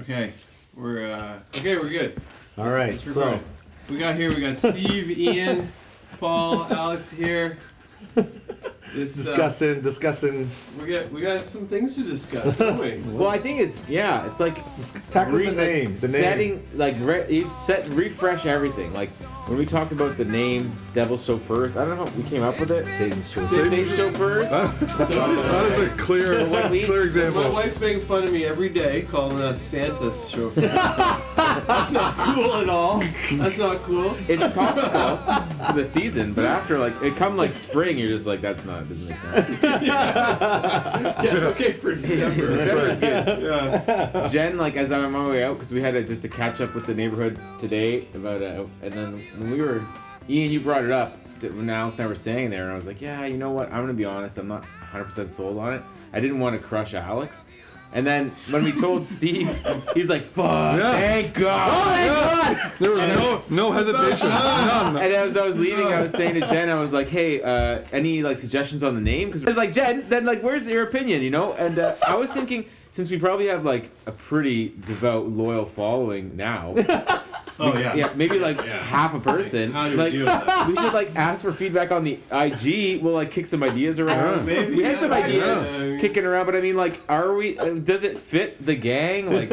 Okay, we're uh, okay. We're good. All right, Let's so record. we got here. We got Steve, Ian, Paul, Alex here. This, uh, discussing discussing we got we got some things to discuss, don't we? Well, I think it's yeah, it's like dis- tackling the re- like name, the setting, name. like re- you set refresh everything. Like when we talked about the name Devil's Show First, I don't know, we came up with it. Satan's choice. Satan's Show First. So, uh, That is a clear, What we- clear my example. wife's making fun of me every day, calling us Santa's chauffeurs. That's not cool at all. That's not cool. It's topical for the season, but after like it come like spring, you're just like that's not it doesn't make sense. Yeah, it's okay for December. December is good. Yeah. Jen, like as I'm on my way out, because we had a, just a catch up with the neighborhood today about, uh, and then when we were, Ian, you brought it up that when Alex and I were saying there, and I was like, yeah, you know what? I'm gonna be honest, I'm not 100% sold on it. I didn't want to crush Alex. And then when we told Steve, he's like, "Fuck, Yeah. thank God." Oh my God! There was no, no hesitation. None. And as I was leaving, I was saying to Jen, I was like, "Hey, uh, any like suggestions on the name?" Because I was like, "Jen, then like, where's your opinion?" You know. And uh, I was thinking, since we probably have like a pretty devout, loyal following now, Oh yeah. yeah, maybe like Yeah. half a person, How do we like. deal with that? We should like ask for feedback on the IG. We'll like kick some ideas around. Maybe, we had yeah, some yeah. ideas Yeah. kicking around, but I mean, like, are we? uh, Does it fit the gang? Like,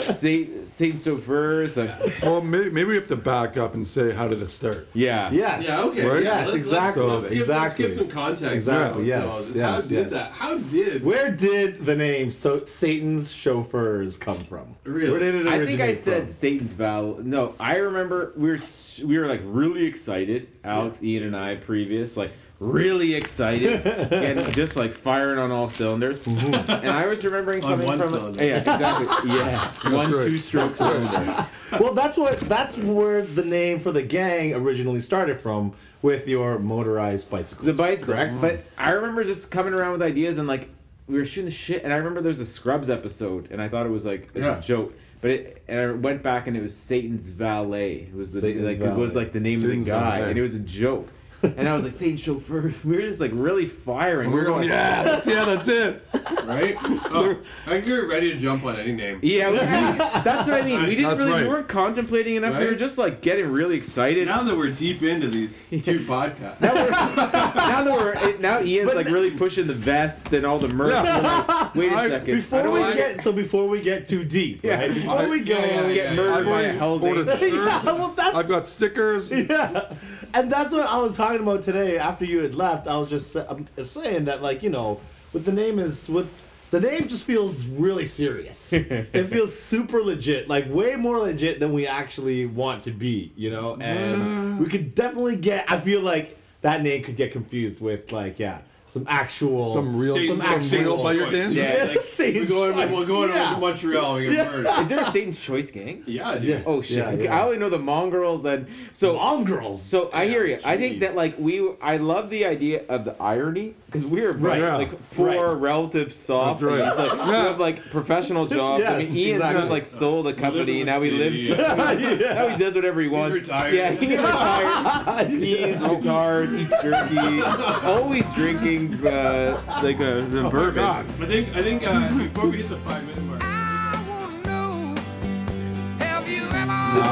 Saint Saint Sauveurs? Like, Well, maybe, maybe we have to back up and say how did it start? yeah, Yes. Yeah, okay. Right? Yes, exactly. Let's, let's, give, let's exactly. give some context. Exactly, now. yes, So, yes, How did yes. that? How did? Where did the name so Satan's chauffeurs come from? Really? Where did it I originate think I said from? Satan's Vow. No, I remember we were s- we were like really excited. Alex, Ian, and I previous like really excited and just like firing on all cylinders. and I was remembering On something one from cylinder. yeah, exactly. Yeah, one right. two stroke cylinder. well, that's what that's where the name for the gang originally started from with your motorized bicycles. The bicycle, correct? But I remember just coming around with ideas and like we were shooting the shit. And I remember there was a Scrubs episode, and I thought it was like it was Yeah. a joke. But it, and I went back and it was Satan's valet. It was the Satan's like it was Valet. like the name of Satan's the guy, Valet. and it was a joke. and I was like Satan's chauffeur. We were just like really firing. We're going, like, yeah, that's, yeah, that's it. Right? Oh, I think you're ready to jump on any name. Yeah, we- I- that's what I mean. We didn't That's really, right. we weren't contemplating enough. We Right? were just like getting really excited. Now that we're deep into these two podcasts, Now, we're, now that we're it- now Ian's like really pushing the vests and all the merch. Yeah. We're like, Wait a I- second. I Before don't we wanna- get so before we get too deep, Yeah. right? Before we go, yeah, yeah, get yeah, murdered I've by a already hell's ordered angel. yeah, shirts. well, that's I've got stickers. yeah, and that's what I was talking about today. After you had left, I was just sa- I'm saying that, like, you know, what the name is, what the name just feels really serious. it feels super legit, like way more legit than we actually want to be, you know. And we could definitely get. I feel like that name could get confused with, like, yeah, some actual, Some real, Satan's some, Choice. real Satan's biker Choice. dance. Yeah. like, Satan's we go in, Choice, we'll go into yeah. Montreal and get Yeah. murdered. Is there a Satan's Choice gang? Yeah, dude. Yeah. Oh shit! Yeah, Okay, yeah. I only know the mongrels and so Long girls. So I hear you. I think Jeez. that like we, I love the idea of the irony because we are Right. very, like four Right. relative soft. That's right. It's Like, We Yeah. have like professional jobs. I Yes, mean, Ian's exactly. just like sold a company in and the now he lives. city. Now he does whatever he wants. retired. Yeah, he's retired. Skis, guitars, eats jerky, always drinking uh, like a, the bourbon. God. I think I think uh, before we hit the five minute mark,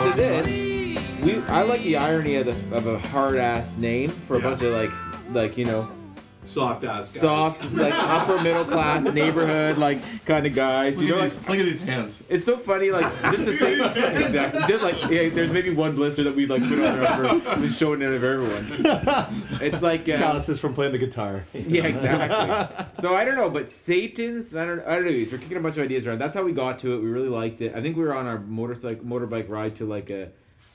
to this, we I like the irony of, the, of a hard ass name for a Yeah. bunch of like like you know soft ass guys. soft like upper middle class neighborhood like kind of guys. Look You at, know, like, these, look at these hands. it's so funny like just to say exactly just like yeah, there's maybe one blister that we like put on our for we show it to everyone. It's like uh, Calluses from playing the guitar. yeah exactly. So I don't know, but Satan's I don't I don't know. We're kicking a bunch of ideas around. That's how we got to it. We really liked it. I think we were on our motorcycle motorbike ride to like a.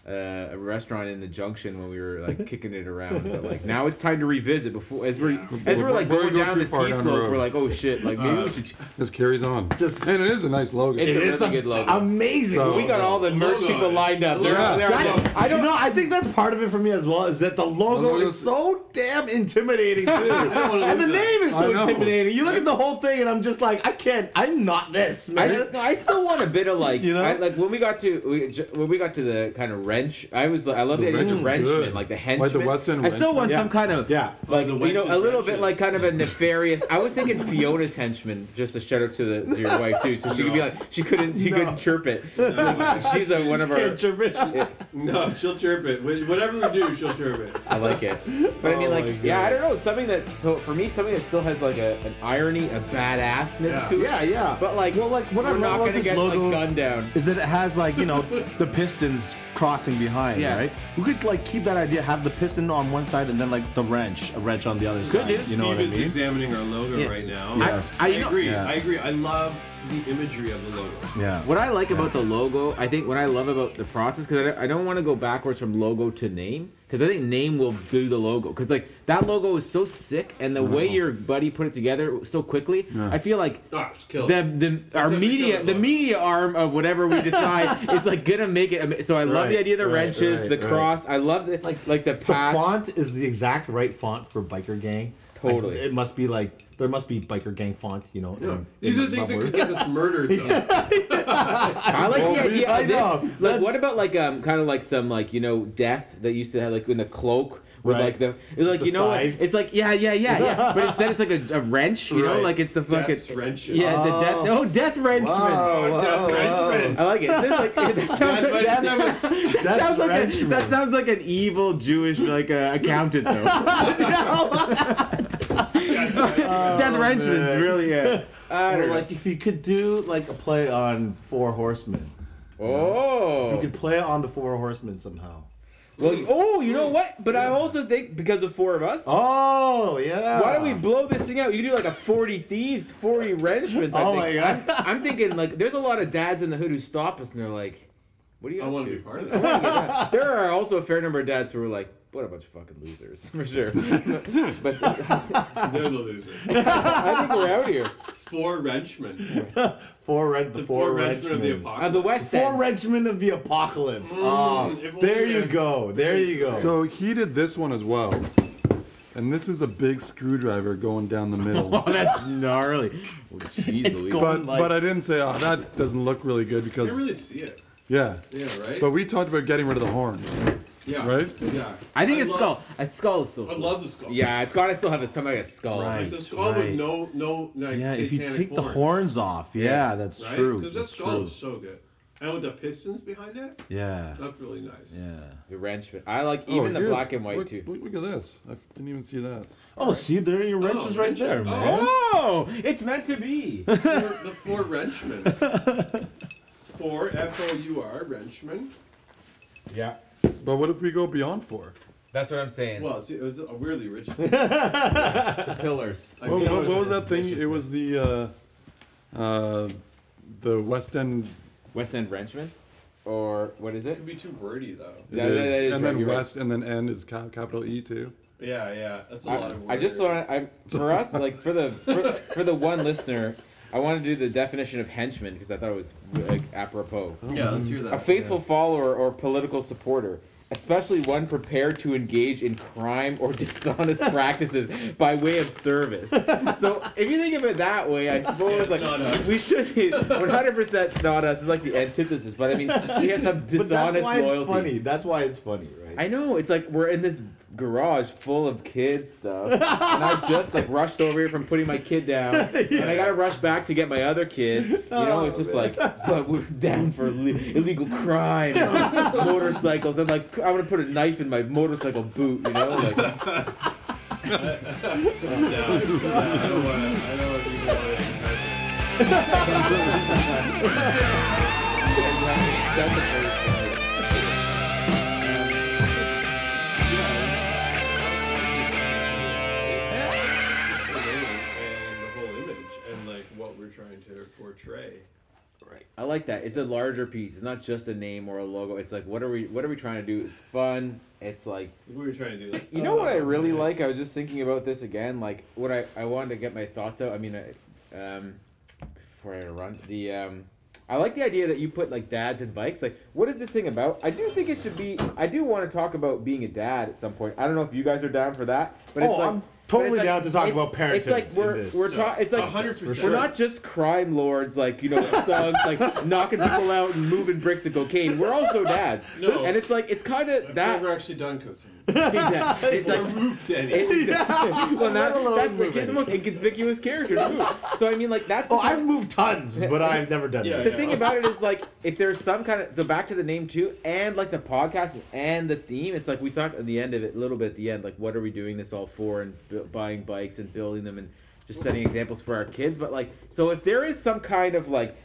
Uh, a restaurant in the junction when we were like kicking it around, but like now it's time to revisit before as we're as we're like Before we going go down too the far ski down the slope, road. we're like, oh shit, like maybe Uh, we should ch- This carries on. Just- and it is a nice logo. It's a It's really good logo. Amazing. So- we got all the merch Logo. people lined up. They're, Yeah. they're That- I don't know. I think that's part of it for me as well. Is that the logo The logo's- is so damn intimidating too, don't wanna and the lose that. name is I so know. intimidating. You look at the whole thing, and I'm just like, I can't. I'm not this I, man. s- no, I still want a bit of like You know? I, like when we got to we, j- when we got to the kind of red wrench. I was I love The the idea of wrench the is henchman, good. like the henchman. Like the Western I still wrench. want Yeah. some kind of Yeah. like The you know wenches a little bit wrenches. like kind of a nefarious. I was thinking Fiona's henchman. Just a shout out to the to your wife too, so she could be No. like she couldn't she No. couldn't chirp it. She's a, one of our. our. No, she'll chirp it. Wh- Whatever we do, she'll chirp it. I like it, but I mean Oh like my yeah, God. I don't know something that so for me something that still has like a, an irony, a badassness Yeah. to it. Yeah, yeah. But like, Well, like, what I we're love not about gonna this get logo- like, gunned down. is that it has like you know the pistons crossing behind, Yeah. right? We could like keep that idea, have the piston on one side and then like the wrench, a wrench on the other side. Steve you know what I is mean? examining our logo Yeah. right now. Yes. I, I- I you know- agree. Yeah. I agree. I love the imagery of the logo. yeah. What I like about the logo, I think what I love about the process, because I don't, I don't want to go backwards from logo to name, because I think name will do the logo. Because like that logo is so sick, and the Uh-huh. way your buddy put it together so quickly, I feel like Ah, just the kill it. the our That's how we media feel the about it. media arm of whatever we decide is like gonna make it. ama- So I love the Right, idea of the right, wrenches, right, the right. cross. I love the like like the The path. font is the exact right font for biker gang. I- Totally. it must be like there must be biker gang font, you know. No. in- These in are things that Bubble. could get us murdered, though. I like Well, the we- idea. I of this. know. Like, That's- what about like um, kind of like some like you know death that used to have like in the cloak. With Right. like the it's like The you know what? scythe. it's like yeah yeah yeah yeah but instead it's like a, a wrench you know Right. like it's the fucking Death's wrenches. yeah the death oh death Oh, wrenchman Wow, wow, wow. I like it It's just like, that sounds That's- like, that's- that that's- That's sounds like a, wrenchman. that sounds like an evil Jewish like uh, accountant though death wrenchman's Oh, man. really uh, I Or don't know. like if you could do like a play on Four Horsemen, oh you could play on the Four Horsemen somehow. well oh you know what but I also think because of four of us Oh yeah. Why don't we blow this thing out? You do like a 40 thieves, 40 wrenchmen. Oh my God. I'm thinking like there's a lot of dads in the hood who stop us and they're like, "What do you?" I up want to to?" be part of that. There are also a fair number of dads who are like, "What a bunch of fucking losers for sure." but They're the losers. I think we're out here. Four wrenchmen. Four Red the, The Four, four Renchmen wrenchmen of the Of Uh, the apocalypse. West Four End. Renchmen of the Apocalypse. if oh, only there we you had- go. There you go. So he did this one as well. And this is a big screwdriver going down the middle. Oh, that's gnarly. Oh, jeez It's Louise. gold. but like- but I didn't say, oh, that doesn't look really good I because can't really see it. yeah. Yeah, right? But we talked about getting rid of the horns. yeah. right? Yeah. I think I it's love- skull. It's skull is still. I love the skull. Yeah, it's gotta still have a something like a skull. Like Right. the skull with right. no, no, like, yeah, if you satanic take the horn, horns off, yeah, that's right? true. Because that that's skull true. is so good. And with the pistons behind it, Yeah, that's really nice. yeah. The wrenchman. I like Oh, even the Oh, here's- black and white look, too. Look, look at this. I f- didn't even see that. Oh, see, there are your wrenches right wrenches. there, man. Oh, it's meant to be. Four, the four wrenchmen. Four F O U R wrenchmen. yeah. But what if we go beyond four? That's what I'm saying. Well, see, it was a weirdly rich. pillars. I What, mean, what, what was that thing? vicious It was the uh, uh, the West End. West End Wrenchman? Or what is it? It'd be too wordy though. it That- that- that is and right, then you're right. West, and then End is cap- capital E too. Yeah, yeah. That's a lot I, of words. I just thought I, for us, like for the for, for the one listener, I wanted to do the definition of henchman because I thought it was like apropos. Yeah, let's hear that. A faithful follower or political supporter, especially one prepared to engage in crime or dishonest practices by way of service. So if you think of it that way, I it's suppose not like us. we should be 100% not us. It's like the antithesis, but I mean we have some But dishonest that's why loyalty. it's funny. That's why it's funny, right? I know. It's like we're in this garage full of kid stuff, and I just like rushed over here from putting my kid down, and I gotta rush back to get my other kid. You know, it's just like, but we're down for le- illegal crime, and motorcycles, and like I'm gonna put a knife in my motorcycle boot. You know, like No, no, I don't wanna- I don't wanna do that. that's a great story. And the whole image and like what we're trying to portray. I like that. It's a larger piece. It's not just a name or a logo. It's like what are we what are we trying to do? It's fun. It's like What we're trying to do. Like, You know what Oh, I really like? I was just thinking about this again. Like, what I, I wanted to get my thoughts out. I mean, I, um, before I had to run, the um, I like the idea that you put like dads and bikes. Like, what is this thing about? I do think it should be. I do want to talk about being a dad at some point. I don't know if you guys are down for that, but it's Oh, like I'm- totally But it's down to talk it's- about parenting. It's like in we're this. we're ta- it's like 100%. We're not just crime lords like you know thugs like knocking people out and moving bricks of cocaine. We're also dads. No. and it's like it's kind of that. Never actually done cooking. Exactly. It's Or like. moved any. It, well, that, alone that's the, moving. the most inconspicuous character. Too. So I mean, like that's the Oh, kind- I've moved tons, but I've never done Yeah, it. the thing about it is like if there's some kind of so back to the name too and like the podcast and the theme it's like we talked at the end of it a little bit at the end like what are we doing this all for and bu- buying bikes and building them and just setting examples for our kids but like so if there is some kind of like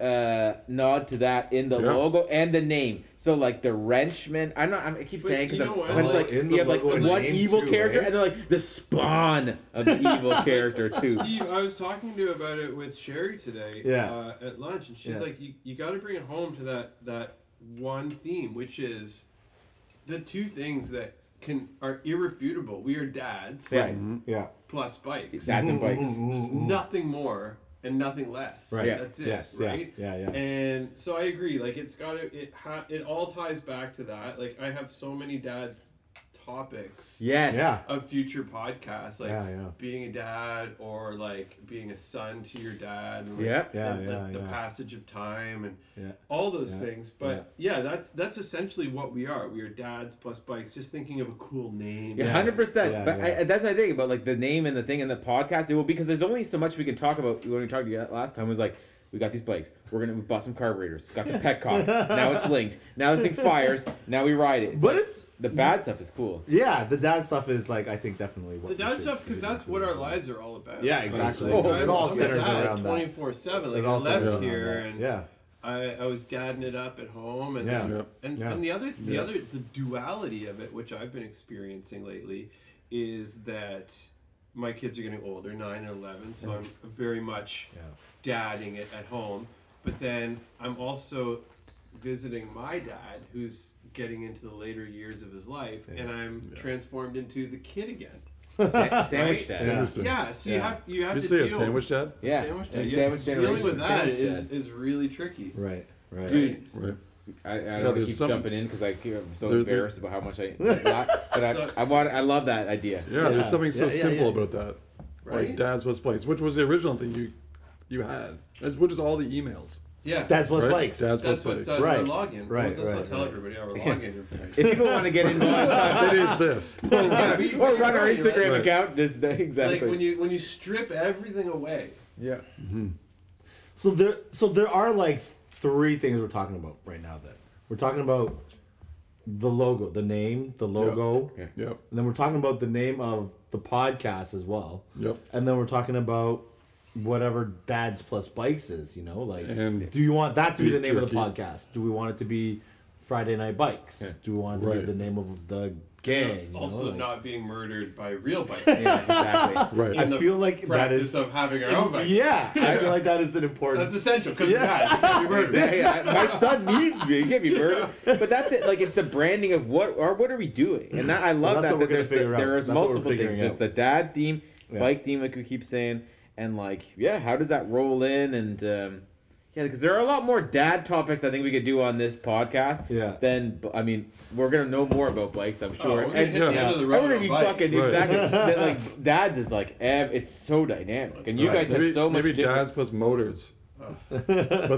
uh nod to that in the Yeah. logo and the name so like the wrenchman i'm not I'm, i keep But saying you because know what? i'm but it's Oh, like in you the have like logo and one name evil too, character right? and they're like the spawn of the evil character too Steve, I was talking to you about it with Sherry today Yeah. uh, at lunch, and she's Yeah. like, "You, you got to bring it home to that that one theme, which is the two things that can are irrefutable. We are dads yeah Yeah. plus bikes, dads and bikes just nothing more and nothing less. Mm-hmm. Right. Yeah. That's it. Yes, yeah, Right. yeah, yeah. And so I agree. Like it's got to it. Ha- it all ties back to that. Like I have so many dad topics yes Yeah. of future podcasts, like Yeah, yeah. being a dad or like being a son to your dad. And, like, Yeah. the, Yeah, the- yeah, the yeah. passage of time and Yeah. all those Yeah, things. But yeah. that's that's essentially what we are. We are dads plus bikes. Just thinking of a cool name. Yeah, hundred Yeah, percent. But yeah. I, that's the thing about like the name and the thing and the podcast. It will because there's only so much we can talk about. When we talked to you last time, it was like we got these bikes. We're gonna we bought some carburetors. Got the Petcock. now it's linked. Now this thing fires. Now we ride it. It's But like, it's the bad stuff is cool. yeah, the dad stuff is like I think definitely what The we dad should stuff because really that's do what as our well. lives are all about. Yeah, Honestly. exactly. Oh, it all I'm a centers dad around that. 24/7. Like It I all centers left around here that. and yeah, I, I was dadding it up at home and Yeah. Yeah. and, Yeah. and the other the Yeah. other the duality of it which I've been experiencing lately is that my kids are getting older 9 and 11 so I'm very much dadding it at home but then I'm also visiting my dad who's getting into the later years of his life and I'm transformed into the kid again Sa- sandwich dad. Yeah. Interesting. yeah so you Yeah. have you have Did you to say deal a sandwich dad? Yeah, sandwich and dad Yeah, sandwich dealing with generation, that sandwich is, dad. is really tricky right, right. dude Right. I, I don't there's wanna keep some- jumping in because I keep- I'm so There- there- embarrassed about how much I. but I, I want. I love that idea. Yeah, Yeah. there's something so Yeah, yeah, simple yeah. about that. Right? Like dad's what's place, which was the original thing you you had, That's- which is all the emails. yeah That's what's Right? bikes. That's That's what's what's place. uh, Right. our login. Right, Well, let's right, not tell right. everybody our login information. If people want to get involved it is this. Yeah, we- or run our right, Instagram right. Right. account, this exactly. Like when you when you strip everything away. yeah. So there, so there are like three things we're talking about right now. That we're talking about the logo, the name, the logo, Yeah. Yep. and then we're talking about the name of the podcast as well. Yep. And then we're talking about whatever dads plus bikes is. You know, like And do you want that to be the beef name of the jerky. podcast? Do we want it to be Friday Night Bikes? Do we want it to Right. be the name of the gang? you uh, also know, like- not being murdered by real bikes. Yeah, exactly. Right. I the feel like that practice is of having our own bike. yeah. I feel like that is an That's important. essential because Yeah. yeah. guys, murdered. Hey, I- my son needs me. He can't be murdered. But that's it. Like it's the branding of what or what are we doing? And that, I Well, love that's that. what we're that gonna there's the, figure out. there are That's what we're multiple figuring things. There's out. the dad theme, Yeah. bike theme, like we keep saying, and like yeah, how does that roll in? And um, yeah, because there are a lot more dad topics I think we could do on this podcast. Yeah. Then I mean, we're gonna know more about bikes, Oh, I'm we're sure. gonna and hit the yeah. end of the I road. on wouldn't be bikes. fucking Right. exactly that, like dads is like ev- it's so dynamic, and you Right. guys maybe, have so much. Maybe different- dad's plus motors. but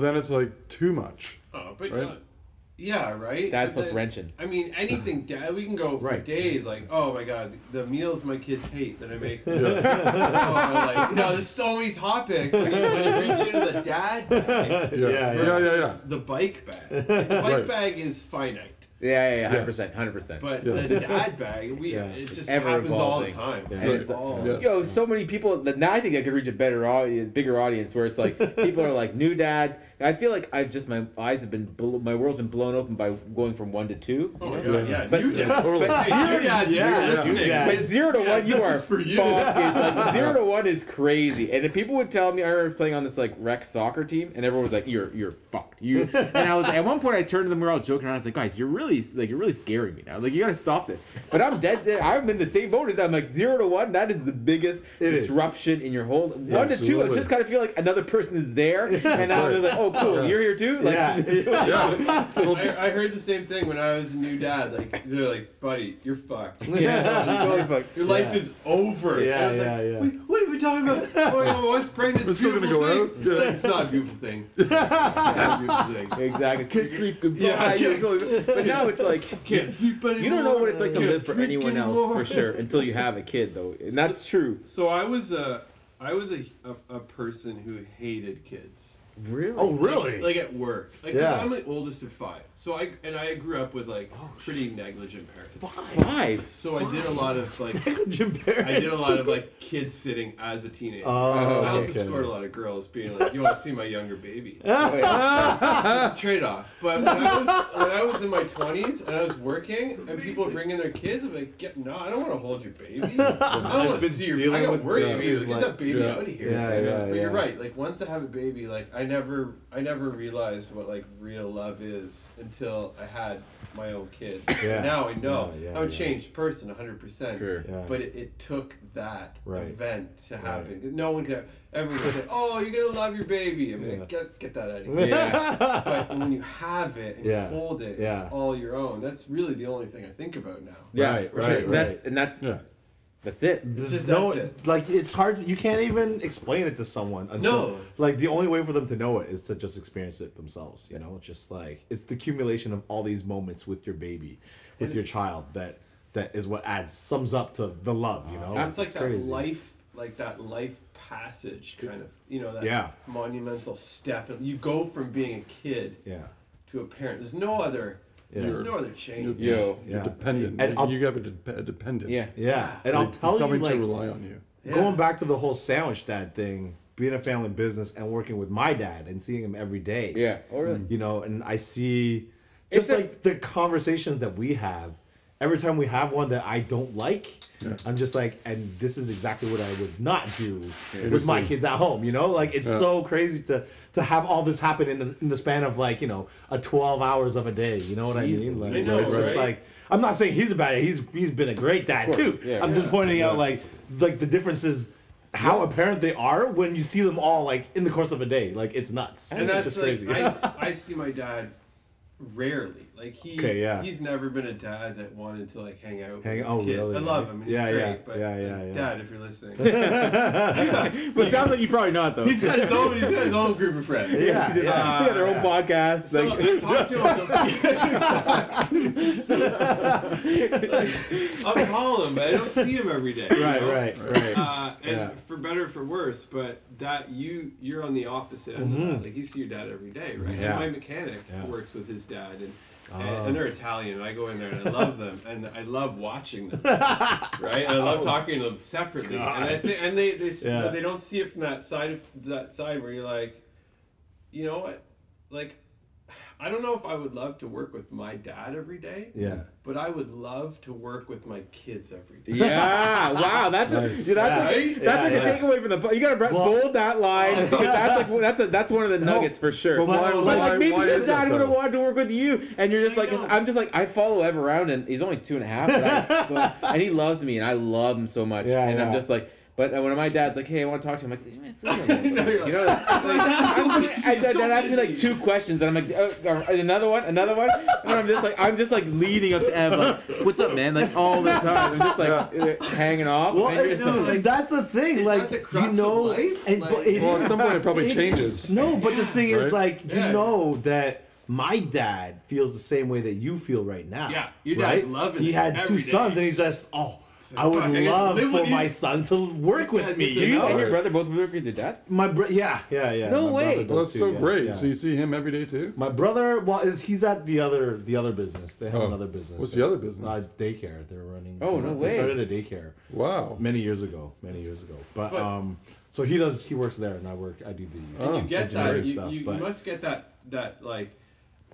then it's like too much. Oh, but Right? uh, yeah, right. Dad's But plus then- wrenching. I mean, anything dad. We can go for Right. days. Like, oh my god, the meals my kids hate that I make. oh, like, you know, there's so many topics when you, when you reach into the dad bag Yeah, Yeah. Yeah, yeah. yeah, yeah. versus the bike bag. The bike Right. bag is finite, Yeah, yeah, yeah, hundred Yes. percent, hundred percent. but Yes. the dad bag, we Yeah. it just ever happens all the evolving. time. Yeah. It Right. evolves. Yes. Yo, so many people. that- Now I think I could reach a better audience, bigger audience, where it's like people are like new dads. I feel like I've just my eyes have been bl- my world's been blown open by going from one to two. Oh my you know? god, Yeah. yeah, But- new dads. Totally. Hey, new dads, Yeah, you're yeah. listening. Yeah. But zero to Yeah, one, you this are is for you. fucking like zero to one is crazy. And if people would tell me, I remember playing on this like rec soccer team, and everyone was like, "You're you're fucked." You and I was at one point, I turned to them, we were all joking around. I was like, "Guys, you're really like you're really scaring me now. Like you gotta stop this." But I'm dead. I'm in the same boat as I'm like zero to one. That is the biggest It is. disruption in your whole one to two. I Absolutely. just kind of feel like another person is there, and I was right. like, "Oh oh, cool, you're here too. Like, yeah. Yeah. I, I heard the same thing when I was a new dad. Like they're like, buddy, you're fucked. yeah, totally fucked. Your life is over. Yeah, And I was yeah, like, yeah. Wait, what are we talking about? Oh, yeah, my wife's pregnant. We're It's still gonna beautiful go thing. out? He's like, It's not a beautiful thing. It's not a beautiful thing. Exactly. Kiss, sleep, goodbye. Yeah. you're totally- But now it's like Can't sleep anymore. you don't know what it's like to Can't live for drink anyone else anymore. for sure until you have a kid, though, and that's true. So I was a, I was a, a, a person who hated kids. Really? Oh, really? Like at work. Like 'cause Yeah. I'm the oldest of five. So I and I grew up with like Oh, pretty negligent parents. five. So I did a lot of like Jim I did a lot of like kid sitting as a teenager. I also Oh, okay. scored a lot of girls being like, "You want to see my younger baby?" Trade off. But when I was when I was in my twenties and I was working and people were bringing their kids, I'm like, "Get no, I don't want to hold your baby. I don't want to been see your. dealing I got with worries. this about you. is Get like- that baby Yeah. out of here." Yeah, yeah, But yeah. you're right. Like once I have a baby, like I never, I never realized what like real love is until I had my own kids. Yeah. Now I know Yeah, yeah, I'm a yeah. changed person, 100. percent Sure. Yeah. But it, it took that Right. event to happen. No one could. Everyone could say, "Oh, you're gonna love your baby." I mean, Yeah. get get that out of here. Yeah. but when you have it and Yeah. you hold it, Yeah. it's all your own. That's really the only thing I think about now. Yeah. Right, for right, sure. That's right. and that's Yeah. that's it. There's That's no it. like it's hard. You can't even explain it to someone. Until, No. like the only way for them to know it is to just experience it themselves. You know, just like it's the accumulation of all these moments with your baby, with your child that that is what adds sums up to the love. You know, That's like that crazy. life, like that life passage kind of, you know, that Yeah. monumental step. You go from being a kid yeah, to a parent. There's no other. Yeah. There's no other change. Yo. You're Yeah. dependent. And I'll- you have a, de- a dependent. Yeah. yeah. And I'll Like, tell you, something like to rely on you. Yeah. going back to the whole sandwich dad thing, being a family business and working with my dad and seeing him every day. Yeah. Oh, really? you know and i see It's just a- like the conversations that we have every time we have one that i don't like i'm just like and this is exactly what i would not do with my kids at home you know like it's so crazy to to have all this happen in the, in the span of like you know a 12 hours of a day you know what i mean like I know, it's just right? like i'm not saying he's a bad he's he's been a great dad too yeah. i'm just pointing out like like the differences how apparent they are when you see them all like in the course of a day like it's nuts and it's that's just like crazy I, I see my dad rarely. Like he, Okay, yeah. he's never been a dad that wanted to like hang out Hang- with his oh, kids. really? I love him. And Yeah, he's yeah, great, but yeah, yeah, like, yeah. Dad, if you're listening, But it sounds like you probably not though. he's got his own. He's got his own group of friends. uh, Yeah, They yeah. got their own podcast. So like, I talk to him. like, I'm calling, but I don't see him every day. you Right, know? right, right. Uh, and Yeah. for better or for worse, but that you you're on the opposite end. of that. Like you see your dad every day, right? Mm-hmm. Yeah. And my mechanic Yeah. Ah. works with his dad, and, and and they're Italian. And I go in there and I love them, and I love watching them, right? And I love talking to them separately. And I think and they they s Oh. Yeah. but they don't see it from that side of that side where you're like, you know what, like. I don't know if I would love to work with my dad every day, Yeah. but I would love to work with my kids every day. yeah. Wow. That's a, Nice. dude, that's like, Right? that's like Yeah, a yes. takeaway from the. po- You gotta bre- Well- bold that line. that's like that's a, that's one of the nuggets for sure. But why, But, why, But like maybe why your is that, dad would have though? wanted to work with you, and you're just I like, know. I'm just like, I follow Ev around, and he's only two and a half, right? but, and he loves me, and I love him so much, Yeah, and I'm yeah. just like, but uh, when my dad's like, hey, I want to talk to you, I'm like, "Eh, sit down, You know, man." you're you know, like, and then dad asked me like two questions, and I'm like, "Uh, uh, another one, another one, and I'm just like, I'm just like leading up to Ev, like, what's up, man, like all the time, I'm just like uh, hanging off. Well, and you're and- just no, like- like- that's the thing. Is Like that the crux you of know, life? and but Like- it Well, is- at some point it probably is- changes. No, but the thing is, Right? like you Yeah. know that my dad feels the same way that you feel right now. Yeah, your dad's loving He it had two every day. sons, and he's just oh. like, I would "Fuck, I gotta love live for with my these- sons to work with guys me. get to You know and your know, brother both work with your dad. my bro, yeah, yeah, yeah. No my way. brother does Well, that's too, so yeah, great. yeah. So you see him every day too. My brother, well, is- he's at the other the other business. They have Oh. another business. What's the other business? Uh, daycare. They're running. Oh, no they way. started a daycare Wow. many years ago. Many years ago. But, But- um, so he does. He works there, and I work. I do the. Oh, you get that. engineering You, stuff, you, you but- must get that that like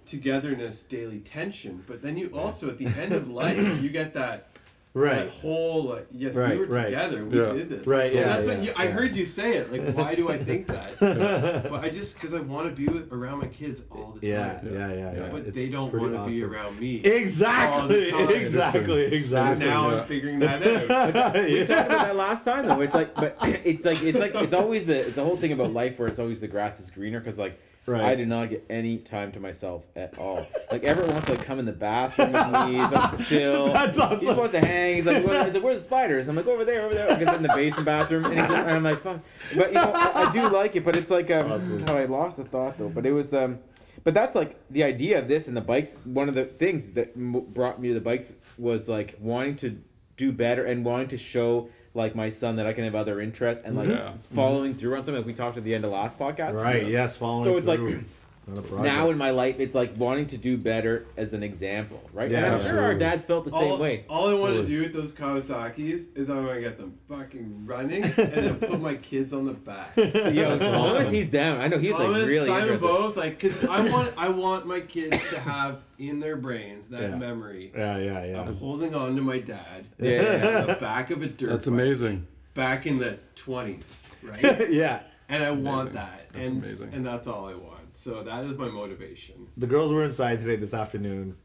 togetherness, daily tension. But then you also at the end of life, you get that. That right. whole like, yes, Right, we were right. together. We Yeah. did this. Right, yeah, That's what yeah, you, I yeah. heard you say it. Like, why do I think that? but I just because I want to be with, around my kids all the time. Yeah, yeah, yeah, yeah. But It's they don't pretty want to be awesome. around me. all Exactly. the time. Exactly. And Exactly. now Yeah. I'm figuring that out. We talked about that last time though. It's like, but it's like, it's like, it's always a, it's a whole thing about life where it's always the grass is greener because like Right. I did not get any time to myself at all. Like everyone wants to like, come in the bathroom with me, he's wants to chill. That's He awesome. just wants to hang. He's like, where, he's like, where's the spiders? I'm like, over there, over there. Like, it's in the basement bathroom, and, he's just, and I'm like, fuck. But you know, I, I do like it. But it's like, um, oh, I lost the thought though. But it was, um, but that's like the idea of this and the bikes. One of the things that m- brought me to the bikes was like wanting to do better and wanting to show like my son that I can have other interests and like Yeah. following through on something. Like we talked at the end of last podcast. Right. Yes. Following. So it's like- through. Not a project. Now in my life, it's like wanting to do better as an example, right? Yeah, and I'm sure our absolutely. dads felt the same all, way. All I want to Totally. do with those Kawasaki's is I want to get them fucking running and then put my kids on the back. Yo, Thomas, awesome. he's down. I know he's Thomas, like really Simon, interested. both like because I want I want my kids to have in their brains that Yeah. memory yeah. Yeah. Yeah. of holding on to my dad. Yeah, yeah, yeah. on the back of a dirt. That's bike amazing. Back in the twenties, right? yeah. and I want that, That's and amazing. and that's all I want. So that is my motivation. The girls were inside today this afternoon,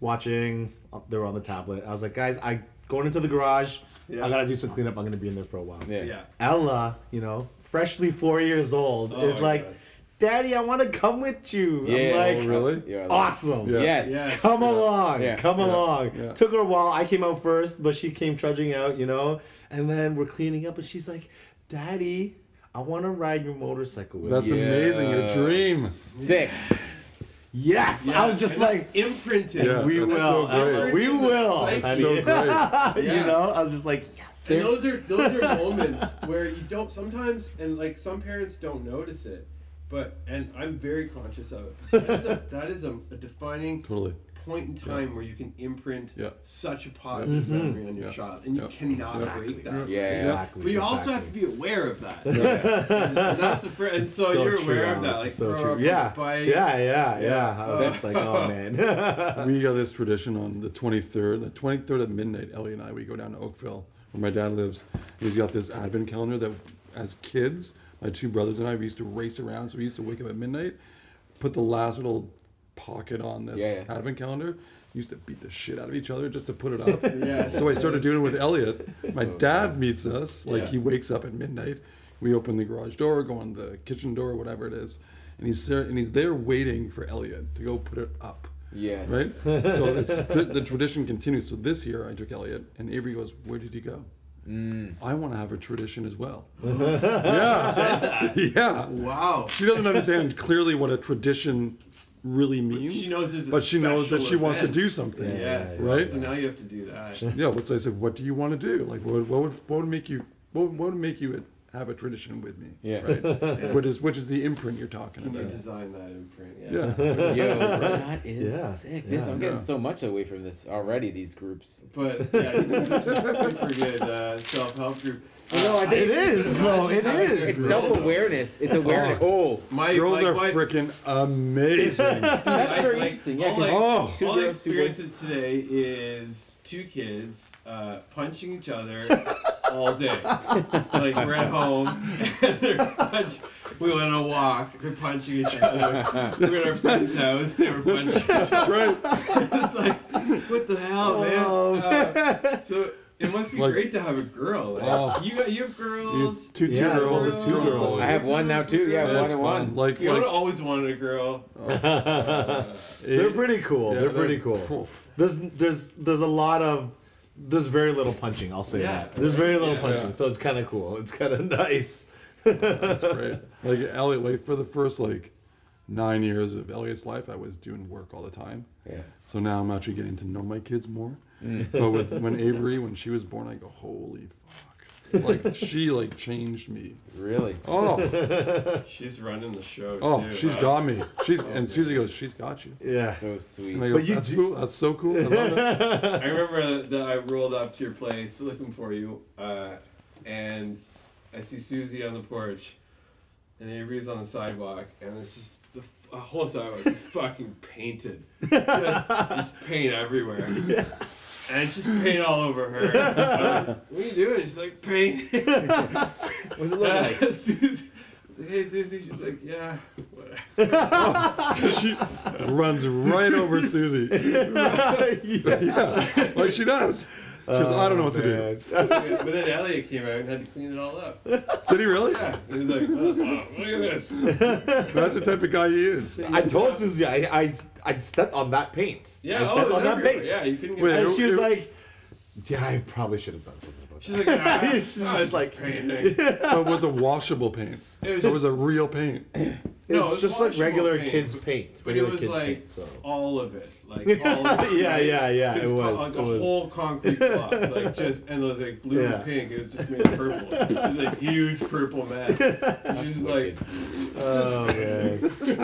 watching. uh, They were on the tablet. I was like, guys, I going into the garage. Yeah. I gotta do some cleanup. I'm gonna be in there for a while. Yeah. Yeah. Ella, you know, freshly four years old, Oh is my like, God. Daddy, I want to come with you. Yeah, I'm oh, like, really? Yeah, I love it. awesome. Yeah. Yes. Yeah. Come along, Yeah. come along. Yeah. Took her a while. I came out first, but she came trudging out, you know. And then we're cleaning up, and she's like, "Daddy, I want to ride your motorcycle with That's you." amazing. Your Yeah. dream. Six. Yes, Yeah, I was just and like, that's imprinted. Yeah. "We that's will, so great. Ella, we will." That's That's honey." so great. Yeah. you know, I was just like, "Yes." And those are those are moments where you don't sometimes and like some parents don't notice it, but and I'm very conscious of it. But that is a, that is a, a defining Totally. point in time where you can imprint Yeah. such a positive memory on your Yeah. child, and you Yeah. cannot Mm-hmm. Exactly. break that. Yeah. Exactly. But you also have to exactly. be aware of that. and, and that's the fr- and so, So you're true, aware of Alex, that. Like it's so throw true. up Yeah. the bike. Yeah, yeah, yeah. I was Yeah. just like, oh man. We got this tradition on the 23rd. The 23rd at midnight, Ellie and I, we go down to Oakville, where my dad lives. He's got this advent calendar that, as kids, my two brothers and I, we used to race around. So we used to wake up at midnight, put the last little pocket on this Yeah, yeah. advent calendar. Used to beat the shit out of each other just to put it up. Yes. So I started doing it with Elliot. My dad meets us. Like Yeah. he wakes up at midnight. We open the garage door, go on the kitchen door, whatever it is, and he's there, and he's there waiting for Elliot to go put it up. Yes. Right. so it's, tr- the tradition continues. So this year I took Elliot, and Avery goes, "Where did he go?" Mm. I want to have a tradition as well. yeah. Yeah. Wow. She doesn't understand clearly what a tradition really means. she knows there's a but she knows that special she wants to event. do something. Yes. Right? So now you have to do that. Yeah, well, so I said, what do you want to do? Like, what, what would what would make you what, would- what would make you have a tradition with me? Yeah. right. What is which is the imprint you're talking Can you about? design that imprint? Yeah, Yo, that is Yeah. sick. This, I'm getting so much away from this already. These groups. But yeah, this is a super good uh, self-help group. Uh, No, I it think is though. It Imagine is. having it's Girls self awareness. It's awareness. Oh, my girls like, are my- freaking amazing. that's I- very like, interesting. Yeah. all 'cause I- oh, two all I girls, two boys. experienced today is two kids uh, punching each other all day. like we're at home and they're punch- we went on a walk. They're punching each other. We're at our friend's house. They were punching. Each other. it's like what the hell, man? Oh. Uh, so it must be Like- great to have a girl. Like, Oh. You got you have you, girls. two Yeah, two girls, girls. two girls. I have one now too. Yeah, oh. one That's and one. fun. Like, Fiona like always wanted a girl. They're pretty cool. yeah, they're, pretty cool. phew. There's there's there's a lot of there's very little punching. I'll say Yeah, that. There's very little yeah. punching, Yeah. so it's kind of cool. It's kind of nice. That's great. Like Elliot, like for the first like nine years of Elliot's life, I was doing work all the time. Yeah. So now I'm actually getting to know my kids more. Mm. But with when Avery, when she was born, I go, holy fuck! Like she like changed me. Really. Oh, She's running the show. oh, too, Uh, she's huh? got me. She's Oh, and Susie goes, she's got you. Yeah. So And I sweet. go, But you that's, do- cool. that's so cool. I love that. I remember that I rolled up to your place looking for you, uh, and I see Susie on the porch, and Avery's on the sidewalk, and it's just the, the whole sidewalk is fucking painted, just, just paint everywhere, and it's just paint all over her. I'm like, what are you doing? She's like paint. What's it look like? Uh, Susie, I was like, hey Susie, she's like yeah, whatever. she runs right over Susie. yeah. Yeah, like she does. goes, I don't know what Oh, to Yeah, but then Elliot came out and had to clean it all up. do. Did he really? Yeah, he was like, oh, wow, look at this. Oh, That's the type of guy he is. I told Susie I I I stepped on that paint. Yeah, I oh, stepped it was on that everywhere. paint. Yeah, you couldn't get Wait, And it- she was it- like, "Yeah, I probably should have done something about She's that." like, ah, She's oh, just it's like- painting. But it was a washable paint. It It was was, a real paint. It's No, it was just like washable regular paint. kids paint. But it regular was kids like paint, so. all of it, like all of it. Yeah, like, yeah, yeah, It's it co- was, like it a was. whole concrete block, like just and it was like blue Yeah. and pink. It was just made purple. It was a huge purple mess. She's just like, Oh man.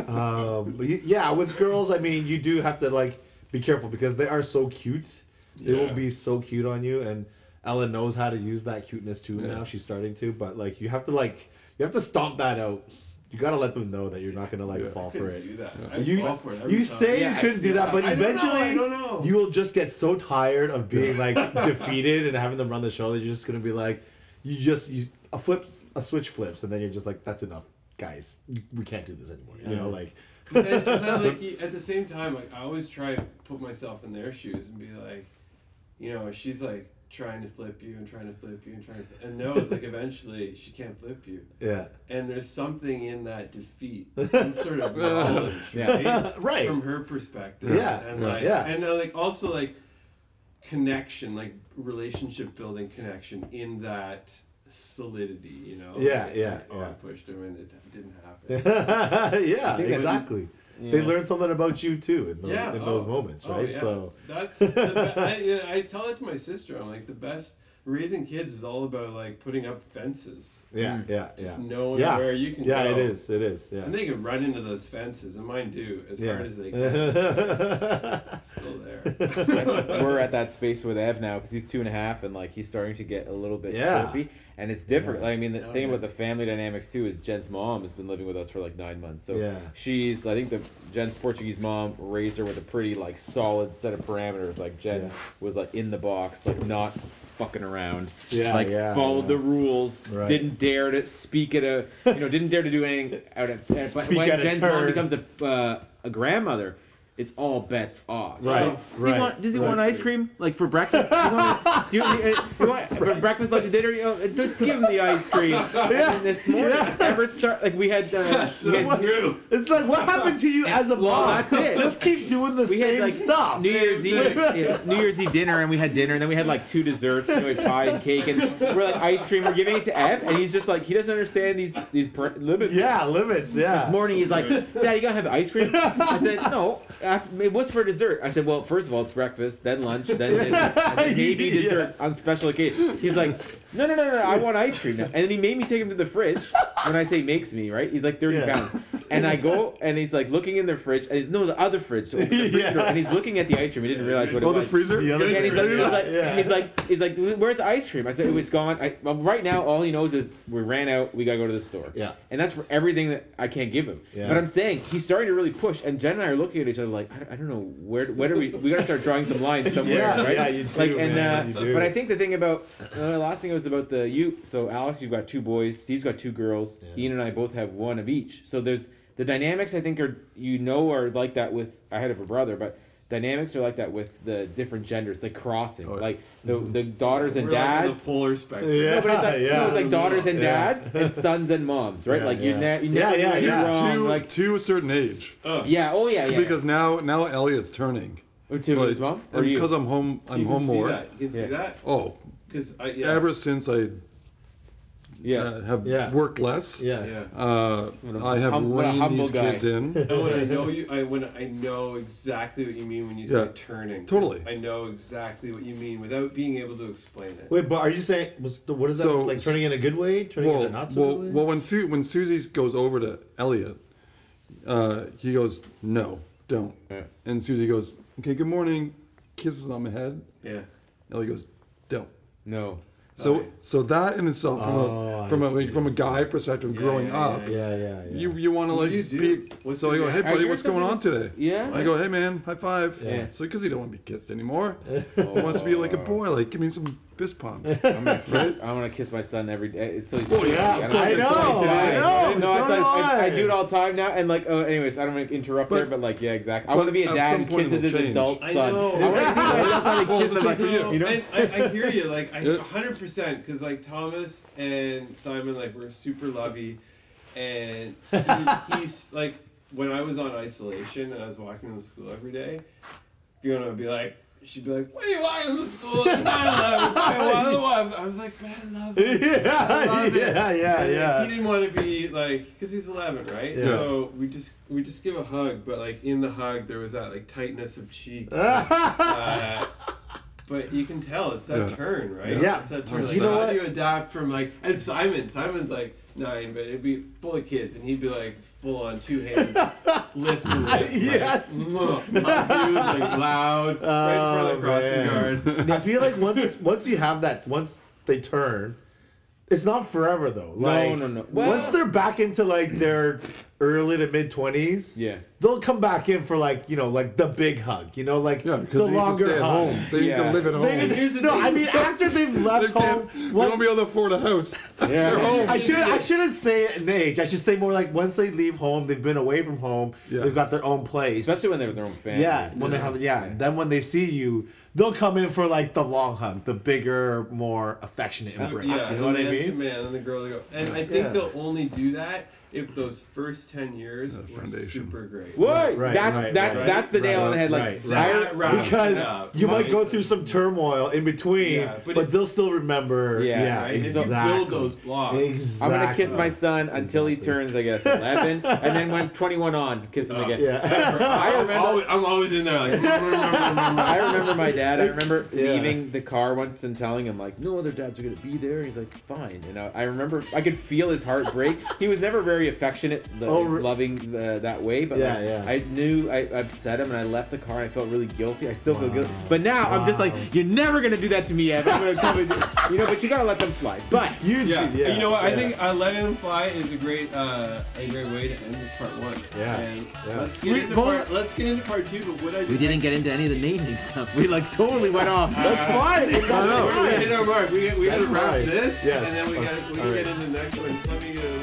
um, but y- yeah, with girls, I mean, you do have to like be careful because they are so cute. They will Yeah. be so cute on you, and Ellen knows how to use that cuteness too. Now she's starting to, but like you have to like you have to stomp that out. You gotta let them know that you're not gonna like fall for couldn't it. do that. I You, fall for it every you time. say Yeah, you I- couldn't do that, but I don't know, I eventually don't know. you will just get so tired of being like defeated and having them run the show that you're just gonna be like, you just you, a flip a switch flips and then you're just like, that's enough, guys. We can't do this anymore. You know, like But then, but then, like you- at the same time, like I always try to put myself in their shoes and be like, you know, she's like trying to flip you and trying to flip you and trying to, and knows like eventually she can't flip you. yeah, And there's something in that defeat, some sort of knowledge, Yeah. right? right. From her perspective, Yeah, and yeah, like, yeah. and uh, like also like connection, like relationship building connection in that solidity, you know? Yeah, Like, yeah, oh, I yeah. pushed him and it didn't happen. yeah, that's- exactly. They learn something about you too in those, yeah, in those oh, moments, oh, right? yeah. So that's the be- I, yeah, I tell it to my sister. I'm like the best raising kids is all about like putting up fences, yeah, yeah, yeah, just knowing Yeah. where you can yeah. go. It is, it is, yeah. And they can run into those fences, and mine do as yeah. hard as they can. It's still there. That's- we're at that space with Ev now because he's two and a half and like he's starting to get a little bit Yeah. chirpy and it's different. Like, I mean, the Oh, thing yeah. about the family dynamics too is Jen's mom has been living with us for like nine months, so Yeah. she's I think the Jen's Portuguese mom raised her with a pretty like solid set of parameters. Like Jen Yeah. was like in the box, like not fucking around. Yeah, like yeah, followed yeah. the rules. Right. Didn't dare to speak at a you know didn't dare to do anything out of. and when- Speak when at a Jen's mom turn. becomes a uh, a grandmother. It's all bets off. Right, So, does he right, want? Does he want ice cream like for breakfast? Do you want? Do you, uh, you want for breakfast, lunch, and dinner? You know, just give him the ice cream. And then this morning, Everett start like we had. Uh, we had, true. It's like, what happened to you as a mom? well, that's it. Just keep doing the we same had like stuff. New Year's Eve, yeah, New Year's Eve dinner, and we had dinner, and then we had like two desserts, and we had pie and cake, and we're like ice cream. We're giving it to Ev, and he's just like he doesn't understand these these per- limits. yeah, limits. Yeah. This morning he's like, "Dad, you gotta have ice cream." I said, "No. After, what's for dessert?" I said, "Well, first of all, it's breakfast, then lunch, then dinner, and then maybe Yeah. dessert on special occasion." He's like, "No, no, no, no, I want ice cream now." And then he made me take him to the fridge. When I say makes me, right? He's like thirty Yeah. pounds, and I go and he's like looking in the fridge, and he's no, the other fridge, so open the fridge Yeah. door, and he's looking at the ice cream. He didn't realize what Oh, it the was. freezer? The other Yeah, and he's like, he's like, Yeah. he's like, he's like, where's the ice cream? I said, it's gone. I, well, right now, all he knows is we ran out. We gotta go to the store. Yeah. and that's for everything that I can't give him. Yeah. But I'm saying he's starting to really push, and Jen and I are looking at each other like, I don't, I don't know where, where are we? We gotta start drawing some lines somewhere, Yeah, right? yeah, you do, like, and man, uh, you do. but I think the thing about uh, the last thing was about the you. So Alex, you've got two boys. Steve's got two girls. Yeah. Ian and I both have one of each. So there's the dynamics. I think are you know are like that with I had a brother, but dynamics are like that with the different genders, like crossing, Oh, yeah. like the the daughters and We're like in the dads. polar spectrum. Yeah. No, but it's like, no, Yeah. it's like daughters and Yeah. dads and sons and moms, right? Yeah, like you, yeah. ne- you Yeah, never yeah, do yeah. wrong. To, like to a certain age. Oh. yeah, oh yeah, yeah. Because now now Elliot's turning. Or to Like, his mom or and you? Because I'm home I'm you can home see more. that. You can Yeah. see that. Oh, Because I yeah. ever since I yeah. uh, have Yeah. worked less, Yes. yeah. uh, I have hum- what a reined humble these guy. kids in. And when I know you, I when I know exactly what you mean when you Yeah. say turning. 'cause Totally. I know exactly what you mean without being able to explain it. Wait, but are you saying was the, what is that So- like turning in a good way, turning in Well, a not so well, good way? well, when Su- when Susie goes over to Elliot, uh, he goes, "No, don't." Yeah. And Susie goes, "Okay, good morning." Kisses on my head. Yeah. Elliot goes, "Don't." no. So Okay. so that in itself, from Oh, a I from a see, like, from a I guy perspective, Yeah, growing yeah, yeah, up, yeah. yeah, yeah, yeah. you you want So to what like do you do? be. What's so I your go, hey reaction? buddy, Are what's yours going on something- today? Yeah. I go, hey man, high five. Yeah. Oh. So because he don't want to be kissed anymore, he wants to be like a boy. Like give me some fist pump. I'm gonna kiss. I want to kiss my son every day until he's. Oh, yeah, I of know. course, I it's know. like that. I know. So it's like, do I. I. I do it all the time now, and like, oh, anyways, I don't want to interrupt But- there, but like, yeah, exactly. I but want to be a at dad some and point kisses it'll his change. adult I son. know. I want to see my last time he Well, kisses this like, is- you know. And I, I hear you, like I Yeah. hundred percent, because like Thomas and Simon, like we're super lovey, and he, he's like when I was on isolation and I was walking to school every day, Fiona would be like. She'd be like, "What are you walking to school? at 9:11? I love, I was like, "But I love Yeah, it. I love it." yeah, yeah, And, like, yeah. He didn't want to be like, because he's 11, right? Yeah. So we just we just give a hug, but like in the hug there was that like tightness of cheek. Uh, but you can tell it's that Yeah. turn, right? Yeah. It's that turn. Like, You know how what? do you adapt from like and Simon? Simon's like nine, but it'd be full of kids, and he'd be like full on two hands, lip to lip, Yes. like, "Mwah." love you, like loud, right in front of the Oh, crossing man. guard. I feel like once once you have that, once they turn, it's not forever though. Like, no, no. once Well- they're back into like their early to mid twenties, Yeah. they'll come back in for like you know like the big hug, you know, like Yeah, the because they need to longer stay at hug. home. They need Yeah. to live at home. They didn't- Here's the no, thing. I mean after they've They left home, can't- they won't be able to afford a house. Yeah. They're home. I shouldn't. I shouldn't say an age. I should say more like once they leave home, they've been away from home. Yes. They've got their own place. Especially when they're with their own family. yeah, when they have yeah. Then when they see you, they'll come in for like the long hug, the bigger, more affectionate embrace. Um, Oh, Yeah, you know what I the man's the mean? man and the girl. they go- And I think Yeah. they'll only do that if those first ten years The were foundation. super great. What? Right, that's right, that, right, that's the nail on the head. Like, right, right. hire- Right, right. Because Yeah, you might right. go through some turmoil in between, Yeah, but, but it- they'll still remember. Yeah, Yeah, Right? If exactly. you build those blocks. I'm exactly. gonna kiss my son until he turns, I guess, 11, and then when 21 on, kiss him Uh, Oh. again. Yeah. I I'm remember. always, I'm always in there like. I remember my dad. I It's- remember yeah. leaving the car once and telling him like, "No other dads are gonna be there." He's like, "Fine." And I, I remember I could feel his heart break. He was never very affectionate, the, Oh, re- loving uh, that way. But Yeah, like, yeah. I knew I upset him, and I left the car. and I felt really guilty. I still feel Wow. guilty. But now I'm just like, Wow. "You're never gonna do that to me, Evan." I'm gonna come and- you know, but you gotta let them fly. But You, Yeah. do- you know what? I yeah. think uh, letting them fly is a great, uh, a great way to end the part one. Yeah, And yeah. Let's get We- into well- part. Let's get into part two. But what I we didn't get into any of the naming stuff. We like totally went off. that's fine. That's We fine. hit our mark. We, we gotta That's wrap right. this, Yes. and then we That's- gotta we all right. get into the next one. So let me. Uh,